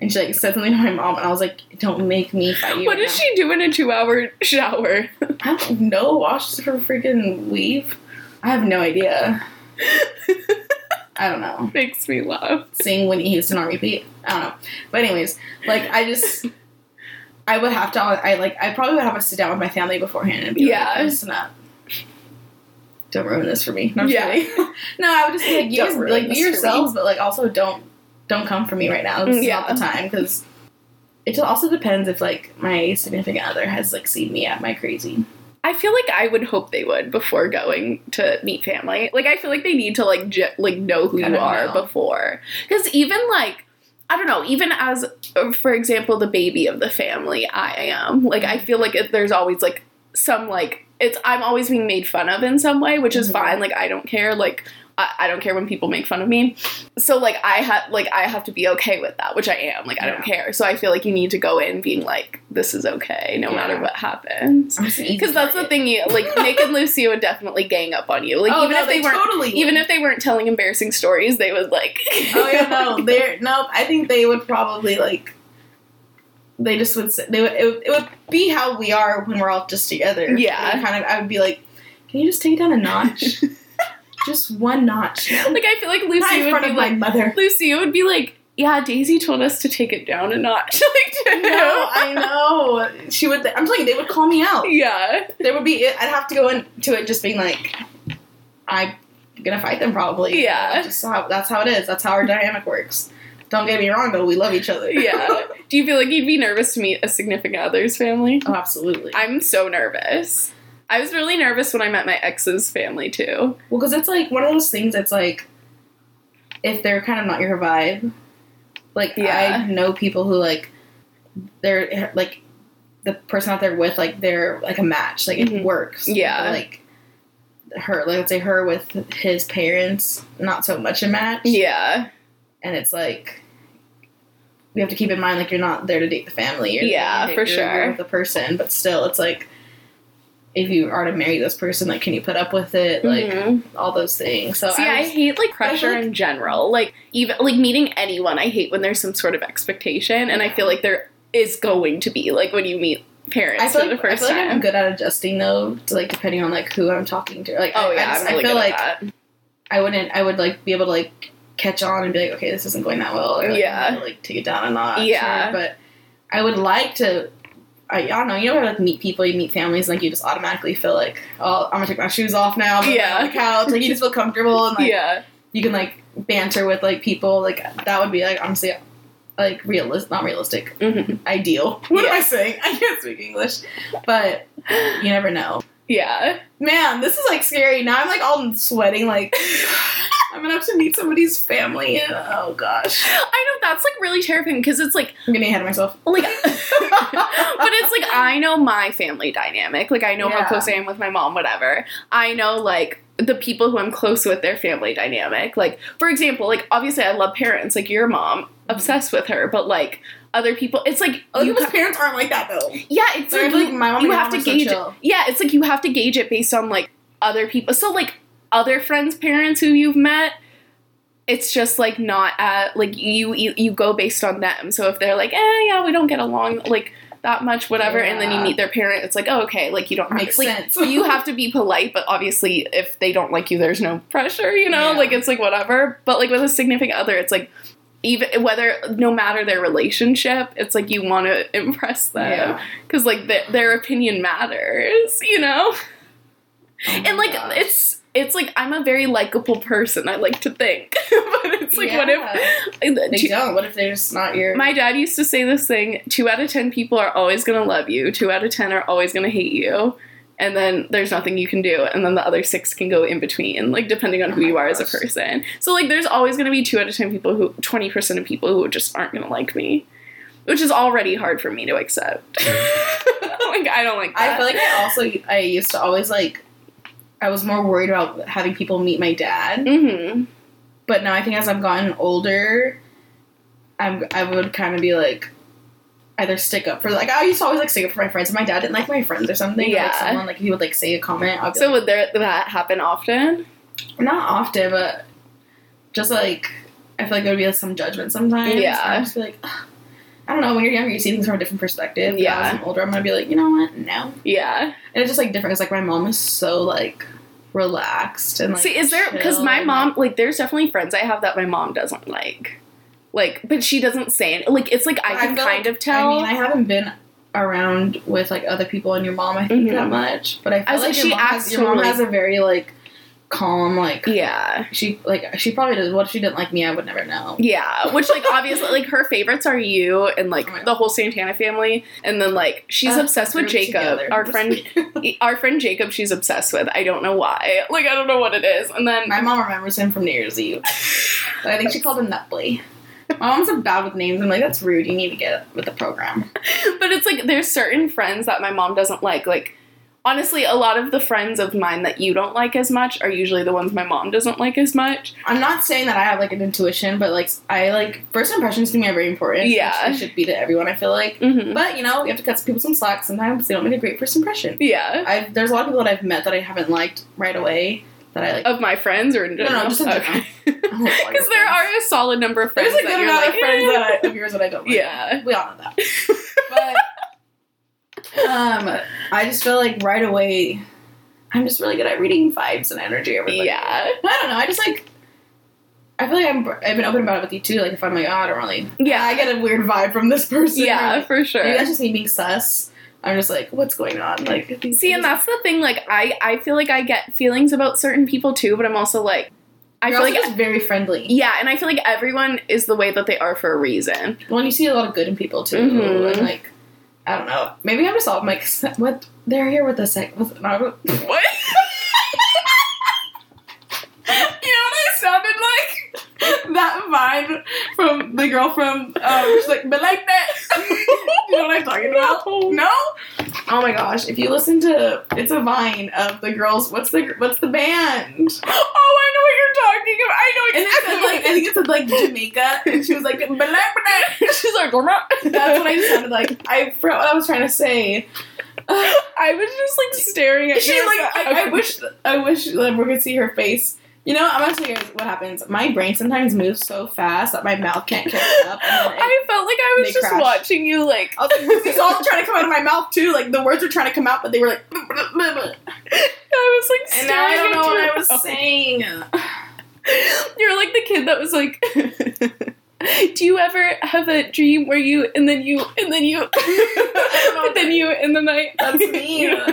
and she like said something to my mom, and I was like, "Don't make me fight you." What right did she do in a two-hour shower? [laughs] now." I don't know. Wash her freaking weave. I have [laughs] no idea. I don't know. Makes me laugh. Sing Whitney Houston on repeat. I don't know. But anyways, like [laughs] I just. I would have to. I like. I probably would have to sit down with my family beforehand and be Yeah. like, "Listen up, don't ruin this for me." No, I'm just Yeah. kidding. [laughs] No, I would just [laughs] be like, you Don't guys, ruin like this be for me. yourselves, but like also don't don't come for me right now. This Yeah. is not the time because it also depends if like my significant other has like seen me at [laughs] my crazy. I feel like I would hope they would before going to meet family. Like I feel like they need to like j- like know who you Kinda are know. before, because even like I don't know, even as uh, for example the baby of the family I am. Like I feel like it, there's always like some like it's I'm always being made fun of in some way, which is Mhm. fine. Like I don't care. Like. I I don't care when people make fun of me, so like I have like I have to be okay with that, which I am. Like I don't care. So I feel like you need to go in being like, this is okay, no Yeah. matter what happens. I'm just an easy Because that's the target. thing, you [laughs] like Nick and Lucy would definitely gang up on you. Like oh even no, if they, weren't, totally even if they weren't telling embarrassing stories, they would like. [laughs] oh yeah no they're no I think they would probably like they just would say, they would it, would- it would be how we are when we're all just together Yeah. And kind of I would be like can you just take it down [laughs] a notch just one [laughs] notch like I feel like not Lucy in would front be of my like mother Lucy would be like, yeah, Daisy told us to take it down a notch. [laughs] like, to [laughs] No, I know. She would. I'm telling you, they would call me out. yeah, There would be. I'd have to go into it just being like, I'm gonna fight them probably. Yeah. That's just how, that's how it is. That's how our dynamic works. Don't get me wrong, though. We love each other. yeah. Do you feel like you'd be nervous to meet a significant other's family? [laughs] oh, absolutely. I'm so nervous. I was really nervous when I met my ex's family too. well, because it's like one of those things. that's like, if they're kind of not your vibe, like Yeah. I know people who like, they're like, the person that they're with, like they're like a match. Like Mhm. it works. Yeah. But, like. Her, like, let's say her with his parents, not so much a match. Yeah, and it's like we have to keep in mind like you're not there to date the family. You're Yeah, there to for date- you're- you're sure. with the person, but still, it's like if you are to marry this person, like, can you put up with it? Like, Mhm. all those things. So See, I, I was, hate like pressure like- in general. Like even like meeting anyone, I hate when there's some sort of expectation, and I feel like there is going to be like when you meet parents I feel, for the like, I first feel like I'm time. good at adjusting though, to like depending on like who I'm talking to. Like, Oh I, yeah, I, I, just- am I really feel good like at that. I wouldn't. I would like be able to like catch on and be like, okay, this isn't going that well. Or, like, Yeah. I'm gonna, like take it down a notch. or- Yeah. but I would like to. I, I don't know. You know, when, like meet people, you meet families, like you just automatically feel like, oh, I'm gonna take my shoes off now. I'm gonna lay Yeah. on the couch. Like you just feel comfortable and like [laughs] [laughs] yeah, you can like banter with like people. Like that would be like honestly, like realist, not realistic, hmm ideal. [laughs] What Yeah. am I saying? I can't speak English, but you never know. yeah. Man, this is like scary. Now I'm like all sweating. Like [sighs] I'm gonna have to meet somebody's family. and- oh gosh, I know that's like really terrifying because it's like I'm getting ahead of myself. [laughs] like but it's like I know my family dynamic. Like I know Yeah. how close I am with my mom, whatever. I know like the people who I'm close with their family dynamic. Like for example, like obviously I love parents, like your mom, obsessed with her, but like other people it's like Oh, Other you people's ca- parents aren't like that though. yeah, it's They're like, like you- my mom. you and have to mom are so gauge it. chill. yeah, it's like you have to gauge it based on like other people. So like other friends' parents who you've met, it's just like not at like you you, you go based on them. So if they're like, eh, yeah, we don't get along like that much, whatever, and then you Yeah. meet their parent, it's like, oh, okay, like you don't have Makes like, sense. [laughs] you have to be polite, but obviously, if they don't like you, there's no pressure, you know? Yeah. Like, it's like whatever. But, like, with a significant other, it's like, even whether, no matter their relationship, it's like you want to [laughs] impress them. Yeah. Because, like, their their opinion matters, you know? Oh my And, like, gosh. it's. It's like I'm a very likable person. I like to think, [laughs] but it's like what Yeah. if they don't? What if they're just not your? my dad used to say this thing two out of ten people are always going to love you, two out of ten are always going to hate you. And then there's nothing you can do. And then the other six can go in between, like depending on Oh who my you are as gosh. a person. So, like, there's always going to be two out of 10 people who, 20% of people who just aren't going to like me, which is already hard for me to accept. [laughs] like, I don't like that. I feel like I also I used to always like I was more worried about having people meet my dad, Mm-hmm. but now I think as I've gotten older, I'm I would kind of be like either stick up for like I used to always like stick up for my friends. If my dad didn't like my friends or something, or, like Yeah. someone like he would like say a comment. I'd be So, would there, that happen often? like, not often, but just like I feel like there would be like, some judgment sometimes. Yeah. i would just be like. "Ugh." I don't know. When you're younger, you see things from a different perspective. But Yeah. As I'm older, I'm gonna be like, you know what? No. Yeah. And it's just like different. It's like my mom is so like relaxed and like. See, is there, because chill my and, mom, like, there's definitely friends I have that my mom doesn't like. Like, but she doesn't say it. Like, it's like I I can feel kind like- of tell. I mean, I haven't been around with like other people and your mom. I think Mhm. that much, but I feel I was like like, your she mom has, acts your mom totally- has a very like calm like Yeah. she like she probably does. What if she didn't like me? I would never know. Yeah. Which like obviously like her favorites are you and like Oh my God. the whole Santana family. And then like she's Uh, obsessed with group Jacob. together. Our friend our friend Jacob she's obsessed with. I don't know why. Like I don't know what it is. And then [laughs] my mom remembers him from New Year's Eve. But I think she called him Nut Boy. My mom's so bad with names. I'm like, that's rude. You need to get with the program. but it's like there's certain friends that my mom doesn't like. Like honestly, a lot of the friends of mine that you don't like as much are usually the ones my mom doesn't like as much. I'm not saying that I have like an intuition, but like I like first impressions to me are very important. which Yeah. they should be to everyone. I feel like, hmm but you know, you have to cut people some slack. Sometimes they don't make a great first impression. Yeah. I there's a lot of people that I've met that I haven't liked right away. That I like. Of my friends or in no, general. just in general. [laughs] [laughs] Because there are a solid number of friends. there's a that good you're amount like, of friends "Eh." that I, of yours that I don't. Like. Yeah. we all know that. [laughs] But um, I just feel like right away, I'm just really good at reading vibes and energy. [laughs] Everybody. Yeah. I don't know. I just like. I feel like I'm, I've been open about it with you too. Like if I'm like, oh, I don't really. Yeah. I get a weird vibe from this person. yeah, Like, for sure. Maybe that's just me being sus. I'm just like, what's going on? Like these See, and that's the thing. Like, I I feel like I get feelings about certain people too, but I'm also like, I You're feel also like just very friendly. yeah, and I feel like everyone is the way that they are for a reason. Well, and you see a lot of good in people too, Mhm. and like, I don't know. Maybe I'm just all I'm like, [laughs] "S- what? They're here with a sec. With, not, with, What? you know what I sounded like? [laughs] that vine from the girl from um, she's like, but like that. you know what I'm talking about? No. Oh my gosh! If you listen to, it's a vine of the girls. What's the gr- what's the band? Oh, I know what you're talking about. I know And it exactly. said like I think it said like Jamaica, and she was like, but like that. [laughs] She's like, "Grr." [laughs] That's what I sounded like. I forgot what I was trying to say. I was just like staring at She, you. like, I, I wish I wish that everyone could see her face. You know, I'm gonna tell you guys what happens. My brain sometimes moves so fast that my mouth can't catch up. And [laughs] [laughs] then it, I felt like I was They just crashed. watching you, like, I was like, this is all trying to come out of my mouth too. Like the words were trying to come out, but they were like. I was like, And staring now I don't know into what your I was mouth. saying. [laughs] [laughs] You're like the kid that was like, [laughs] "Do you ever have a dream where you and then you and then you [laughs] don't know and then you in the night?" That's [laughs] me. [laughs] You know-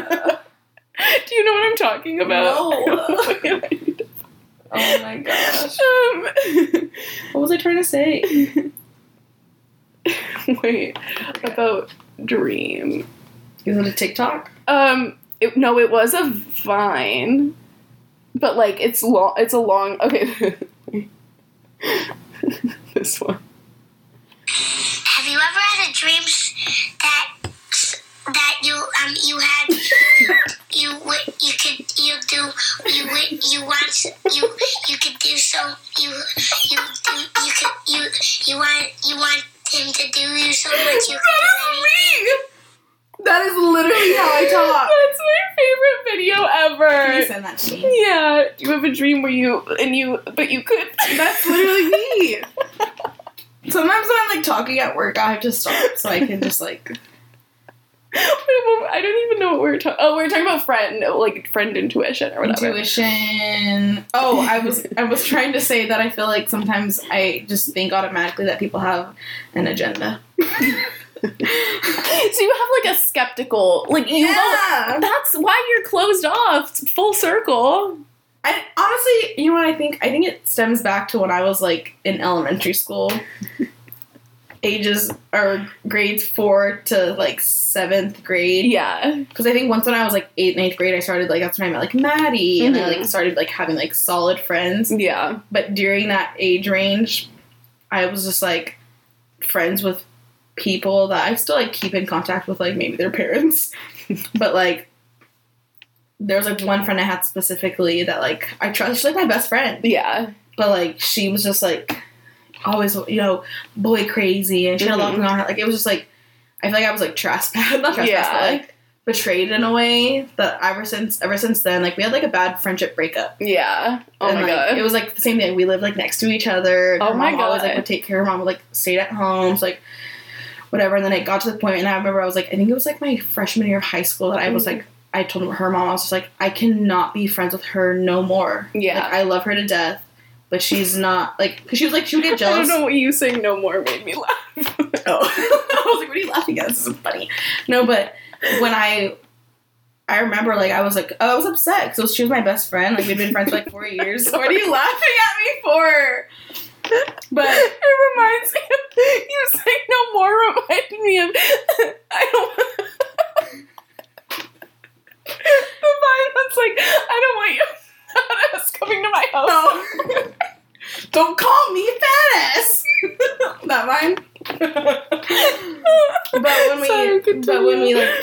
Do you know what I'm talking about? [laughs] No. Okay. Oh my Oh gosh. um, What was I trying to say? Um, [laughs] wait, about dream. Is it a TikTok? Um, it, no, it was a vine, but like it's long. It's a long. Okay, [laughs] this one. Have you ever had a dream s- that s- that you um you had you w- you could you do you w- you want s- you you could do so you you do you could you you want you want him to do you so much you could do anything. That is literally how I talk. [laughs] That's my favorite video Can ever. you send that to me? Yeah, you have a dream where you and you, but you could. [laughs] That's literally me. Sometimes when I'm like talking at work, I have to stop so I can just like. I don't even know what we were talking. Oh, we were talking about friend, like friend intuition or whatever. Intuition. Oh, I was I was trying to say that I feel like sometimes I just think automatically that people have an agenda. So you have like a skeptical, like you. Yeah. That's why you're closed off. It's full circle. I honestly, you know what I think? I think it stems back to when I was like in elementary school, ages or grades four to like seventh grade. Yeah. Because I think once when I was like eighth and eighth grade, I started like that's when I met like Maddie, and I Mhm. like started like having like solid Mm-hmm. friends. Yeah. But during that age range, I was just like friends with people that I still like keep in contact with, like maybe their [laughs] parents. but like there was like one friend I had specifically that like I trust she's like my best friend. Yeah. But like she was just like always you know, boy crazy and she had a lot Mhm. going on. Like it was just like I feel like I was like trespassed [laughs] not trespassed, Yeah. but like betrayed in a way that ever since ever since then, like we had like a bad friendship breakup. Yeah. Oh And, my like, It god. was like the same thing. We lived like next to each other. Oh Her my mom always God. like would take care. Her mom would like stayed at home. So, like whatever. And then it got to the point, and I remember I was like, I think it was like my freshman year of high school that I was Mhm. like, I told her mom I was just like, I cannot be friends with her no more. Yeah. like, I love her to death, but she's not like. Cause she was like, she would get [laughs] I jealous. don't know what you saying no more made me laugh. Oh. [laughs] I was like, what are you laughing at? This is funny. No, but when I I remember like I was like, oh, I was upset because she was my best friend. Like we'd been friends for [laughs] like four years. what are you laughing at me for? But it reminds me of you saying no more reminded me of I don't the vine that's like I don't want you fat ass coming to my house. no. Don't call me fat ass. Not mine. But when we Sorry, but continue. when we like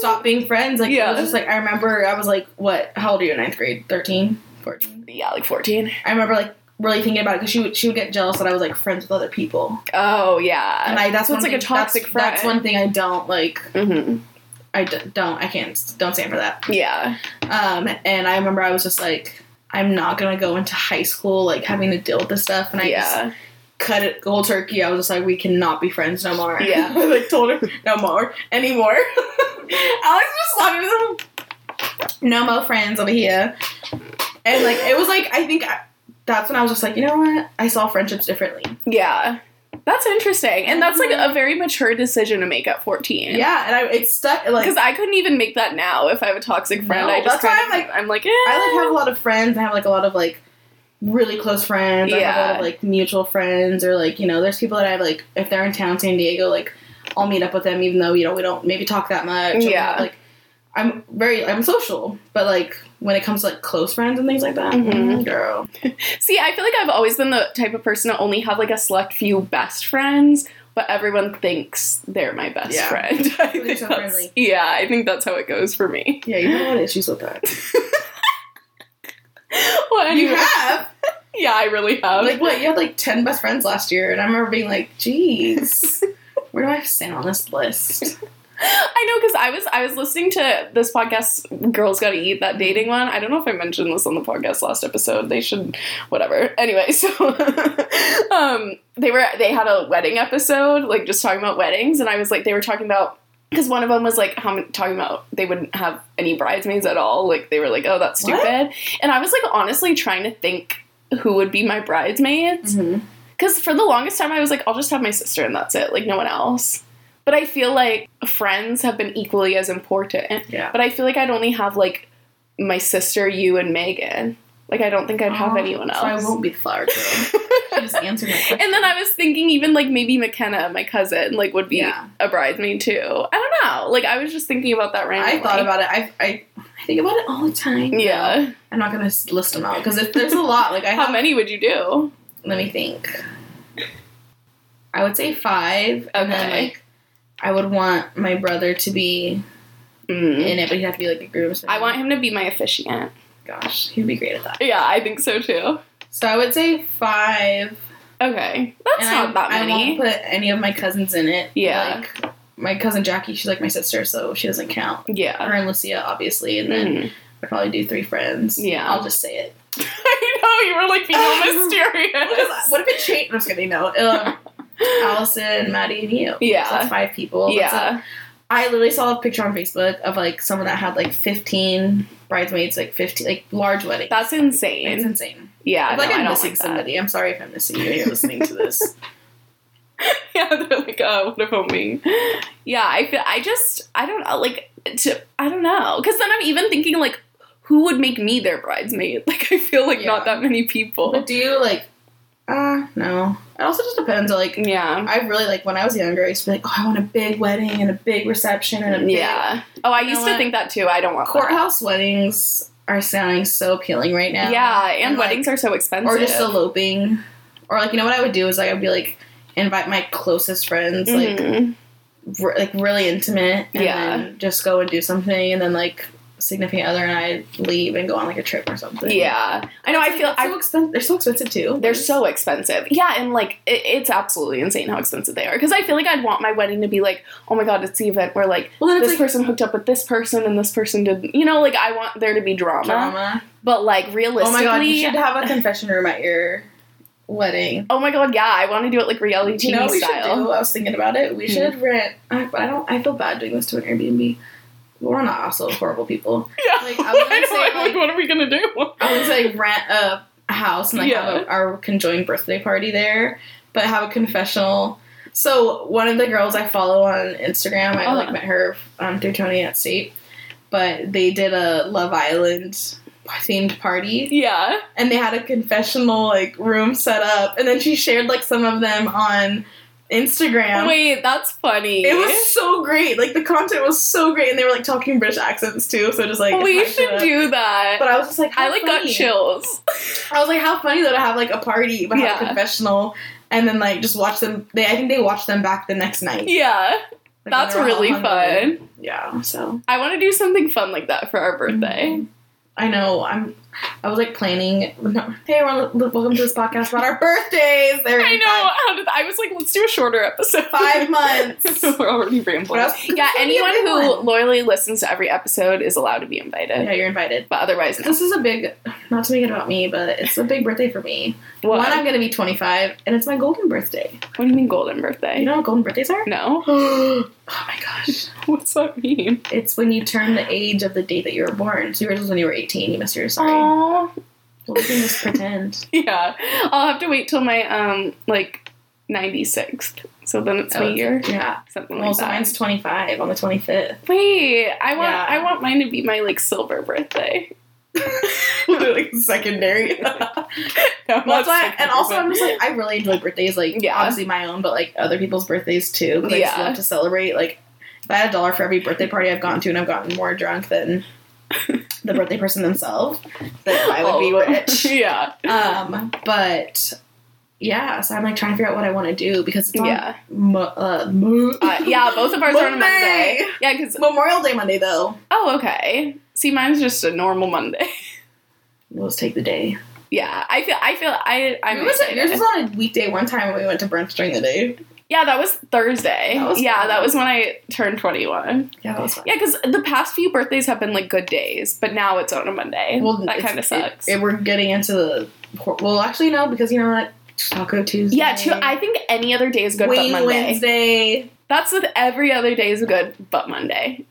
stopped being friends, like it Yeah. was just like I remember I was like, what? How old are you in ninth grade? 13? 14? yeah, like fourteen. I remember like really thinking about it because she would she would get jealous that I was like friends with other people, Oh yeah, and I that's so one it's like thing- a toxic that's, friend. That's one thing I don't like. Mm-hmm. I d- don't I can't don't stand for that. Yeah, Um, and I remember I was just like, I'm not gonna go into high school like having to deal with this stuff, and I just yeah. cut it cold turkey. I was just like, we cannot be friends no more. Yeah. [laughs] I like told her no more anymore. [laughs] Alex just wanted them. No more friends over here. And like it was like I think I, that's when I was just like, you know what? I saw friendships differently. Yeah. That's interesting. And that's like a very mature decision to make at 14. Yeah, and I it stuck like Because I couldn't even make that now if I have a toxic friend. No, I just that's why kind I'm of- I'm like, eh. I like have a lot of friends. I have like a lot of like really close friends. I have a lot Yeah. of like mutual friends or like you know, there's people that I have like if they're in town, San Diego, like I'll meet up with them even though you know we don't maybe talk that much. or we're Yeah. not, like I'm very I'm social, but like when it comes to like close friends and things like that, mm, Mhm. girl. See, I feel like I've always been the type of person to only have like a select few best friends, but everyone thinks they're my best Yeah. friend. [laughs] I Really think so that's- friendly. yeah, I think that's how it goes for me. [laughs] Yeah, you have a lot of issues with that. Well, anyway, You have yeah, I really have. like what you had like ten best friends last year, and I [laughs] remember being like, "Jeez, where do I stand on this list?" I know because I was I was listening to this podcast, Girls Gotta Eat, that dating one. I don't know if I mentioned this on the podcast last episode. They should whatever. Anyway, [laughs] so um they were they had a wedding episode, like just talking about weddings, and I was like they were talking about because one of them was like how many, talking about they wouldn't have any bridesmaids at all like they were like oh that's What? stupid and i was like honestly trying to think who would be my bridesmaids because for the longest time, I was like, I'll just have my sister and that's it, like no one else. But I feel like friends have been equally as important. Yeah. But I feel like I'd only have like my sister, you, and Megan. Like I don't think I'd have Oh, anyone So I else. won't be the flower girl. she just answered my [laughs] question. and then I was thinking even like maybe McKenna, my cousin, like would be Yeah. a bridesmaid too. I don't know. Like I was just thinking about that randomly. I thought about it. I, I I think about it all the time. Yeah. I'm not gonna s- list them out because [laughs] if there's a lot, like I How have. many would you do? Let me think. I would say five, and then Okay. like I would want my brother to be Mm. in it, but he'd have to be like a groom. I want him to be my officiant. Gosh, he'd be great at that. Yeah, I think so too. So I would say five. Okay. That's and I- not that I many. won't put any of my cousins in it. Yeah. Like, my cousin Jackie, she's like my sister, so she doesn't count. yeah. Her and Lucia, obviously, and then Mhm. I'd probably do three friends. Yeah. I'll just say it. [laughs] I know you were like being [laughs] all mysterious. What if it changed? I'm just kidding. No, um, Allison, Maddie, and you. Yeah. so that's five people. That's like- yeah, I literally saw a picture on Facebook of like someone that had like 15 bridesmaids, like 15, like large weddings. that's it's insane. insane. Yeah, I feel no, like I I'm don't missing like that. somebody. I'm sorry if I'm missing you. You're listening to this. [laughs] Yeah, they're like, oh, what about me? Yeah, I feel. I just, I don't know. Like, to, I don't know, because then I'm even thinking like, who would make me their bridesmaid? [laughs] Like, I feel like not Yeah. that many people. But do you like? Uh, no. It also just depends. Like, Yeah. I really like when I was younger. I used to be like, oh, I want a big wedding and a big reception and a big Yeah. Oh, I You know used to what? think that too. I don't want that. courthouse weddings are sounding so appealing right now. Yeah, and, like, weddings are so expensive. or just eloping, or like you know what I would do is like I'd be like invite my closest friends like Mhm. re- like really intimate and Yeah. then just go and do something and then like significant other and I leave and go on like a trip or something. yeah. I know. I It's, feel. like, I so expensive. They're so expensive too. They're so expensive. Yeah, and like it, it's absolutely insane how expensive they are. Because I feel like I'd want my wedding to be like, oh my god, it's the event where like well. Then this it's like person hooked up with this person and this person didn't. You know, like I want there to be drama. drama. But like Oh realistically, my god, you should have a confession room at your wedding. oh my God, yeah, I want to do it like reality TV You know what we should style. do? I was thinking about it. We Hmm. should rent. I, but I don't. I feel bad doing this to an Airbnb. We're not also horrible people. Yeah, Like, I was [laughs] gonna know, say, I'm like- what are we gonna do? [laughs] [laughs] I would say rent a house and like have Yeah. a, our conjoined birthday party there, but have a confessional. So one of the girls I follow on Instagram, I like Uh-huh. met her um, through Tony at State, but they did a Love Island themed party yeah, and they had a confessional like room set up, and then she shared like some of them on Instagram. wait, that's funny. It was so great. Like the content was so great, and they were like talking British accents too. So just like we hyped it should up. do that. But I was just like, I how like got funny. chills. [laughs] I was like, how funny though to have like a party, but have Yeah. a confessional, and then like just watch them. They, I think they watched them back the next night. Yeah, Like, that's when they were all really hungover. fun. Yeah, so I want to do something fun like that for our Mm-hmm. birthday. I know I'm. I was like planning. No, hey everyone, l- welcome to this podcast about our birthdays. They're I in know. five- [laughs] How did I was like, let's do a shorter episode. Five [laughs] months. We're already What rambling. else? Yeah, This would be a anyone big who one. loyally listens to every episode is allowed to be invited. Yeah, you're invited. But otherwise, no. This is a big. Not to make it about me, but it's a big birthday for me. What? One, I'm gonna be 25, and it's my golden birthday. what do you mean golden birthday? You know what golden birthdays are? [gasps] no. [laughs] oh my gosh. What's that mean? It's when you turn the age of the date that you were born. So yours was when you were 18. You missed yours. Sorry. Oh, Well, we can just pretend. yeah. I'll have to wait till my um like ninety sixth. So then it's my Oh, year, Yeah. something Well, like so that. mine's 25 on [laughs] the [laughs] 25th. wait, I want Yeah. I want mine to be my like silver [laughs] birthday. like secondary. No, [laughs] not That's why, silver, and also but- I'm just like I really enjoy birthdays, like Yeah. obviously my own, but like other people's birthdays too. 'cause I just Yeah. love to celebrate. Like if I had a dollar for every birthday party I've gone to, and I've gotten more [laughs] drunk than the birthday person themselves, then I would be Oh. [laughs] rich. yeah, um but yeah so i'm like trying to figure out what i want to do because [laughs] it's on yeah, mo- uh, mo- uh, yeah. Both of ours are on Monday. Monday. Yeah, because [laughs] memorial day monday though Oh, okay. See, mine's just a normal Monday. [laughs] we'll just take the day yeah, I feel. I feel. I. I'm yours, was- excited. yours was on a weekday one time when we went to brunch during the day Yeah, that was Thursday. That was yeah, fun. that was when I turned 21. Yeah, that was fun. Yeah, because the past few birthdays have been like good days, but now it's on a Monday. Well, that it's- kind of sucks. It, it- we're getting into the por- well, actually no, because you know what, Taco Tuesday. yeah, too, I think any other day is good Wing but Monday. Wednesday. That's with every other day is good but Monday.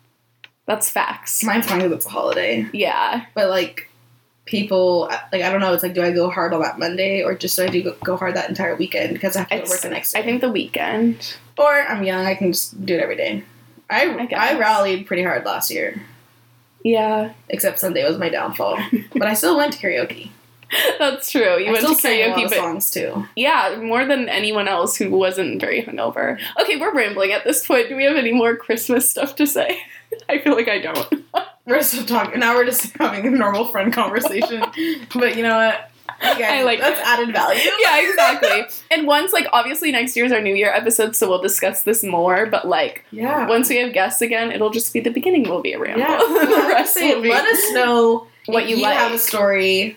That's facts. Mine's fine because it's a holiday, yeah. but like people, like I don't know. It's like, do I go hard on that Monday or just do I do go- go hard that entire weekend because I have to go It's- work the next day? I think the weekend. or I'm young, I can just do it every day. I I guess. I, rallied pretty hard last year, Yeah. [laughs] except Sunday was my downfall. but I still went to karaoke. That's true. You I went to still sang a lot karaoke, of but songs too. yeah, more than anyone else who wasn't very hungover. Okay, we're rambling at this point. Do we have any more Christmas stuff to say? [laughs] I feel like I don't. [laughs] We're still talking. Now we're just [laughs] having a normal friend conversation. [laughs] but you know what? You guys- I like that's it. added value. yeah, exactly. And once, like, obviously next year's our New Year episode, so we'll discuss this more. But like, [laughs] Yeah. once we have guests again, it'll just be the beginning. Will be a ramble. [laughs] yeah. [laughs] the rest Say, will be let us know what if you, you like. have a story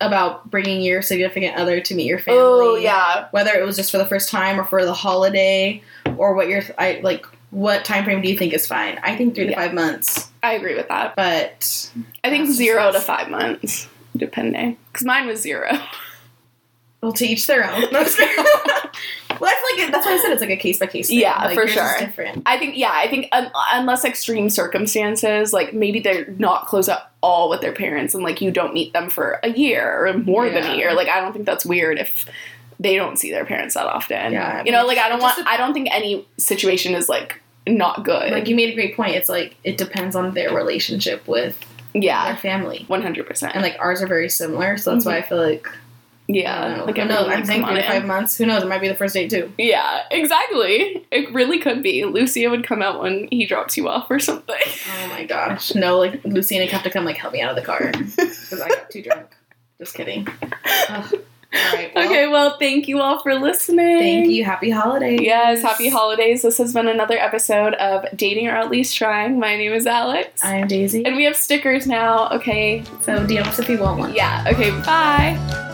about bringing your significant other to meet your family. oh yeah, Whether it was just for the first time or for the holiday, or what your I like. What time frame do you think is fine? I think three to Yeah. five months, I agree with that. but I think That's zero to just- five months, depending. Because mine was zero. well, to each their own. [laughs] No, I'm just kidding. well, that's like a, that's why I said it's like a case by case. thing. Yeah, Like, for yours is sure. Different. I think, yeah, I think un- unless extreme circumstances, like maybe they're not close at all with their parents and like you don't meet them for a year or more than Yeah. a year, like I don't think that's weird if they don't see their parents that often. Yeah, I you know, mean, like I don't it just want, I don't think any situation is like not good. Like you made a great point. It's like it depends on their relationship with their yeah, family, 100%. and like ours are very similar. So that's why I feel like I don't yeah, know. like Who knows? everyone I'm looks saying them three to on five it. months. Who knows? It might be the first date too. Yeah, exactly. It really could be. Lucia would come out when he drops you off or something. Oh my gosh! No, like Lucy and Nick have to come like help me out of the car because I got too drunk. Just kidding. Ugh. All right. well, okay, well, thank you all for listening. Thank you. Happy holidays. Yes, happy holidays. This has been another episode of Dating or At Least Trying. My name is Alex. I'm Daisy. and we have stickers now. Okay. So DM us if you want one. Yeah. Okay. Bye.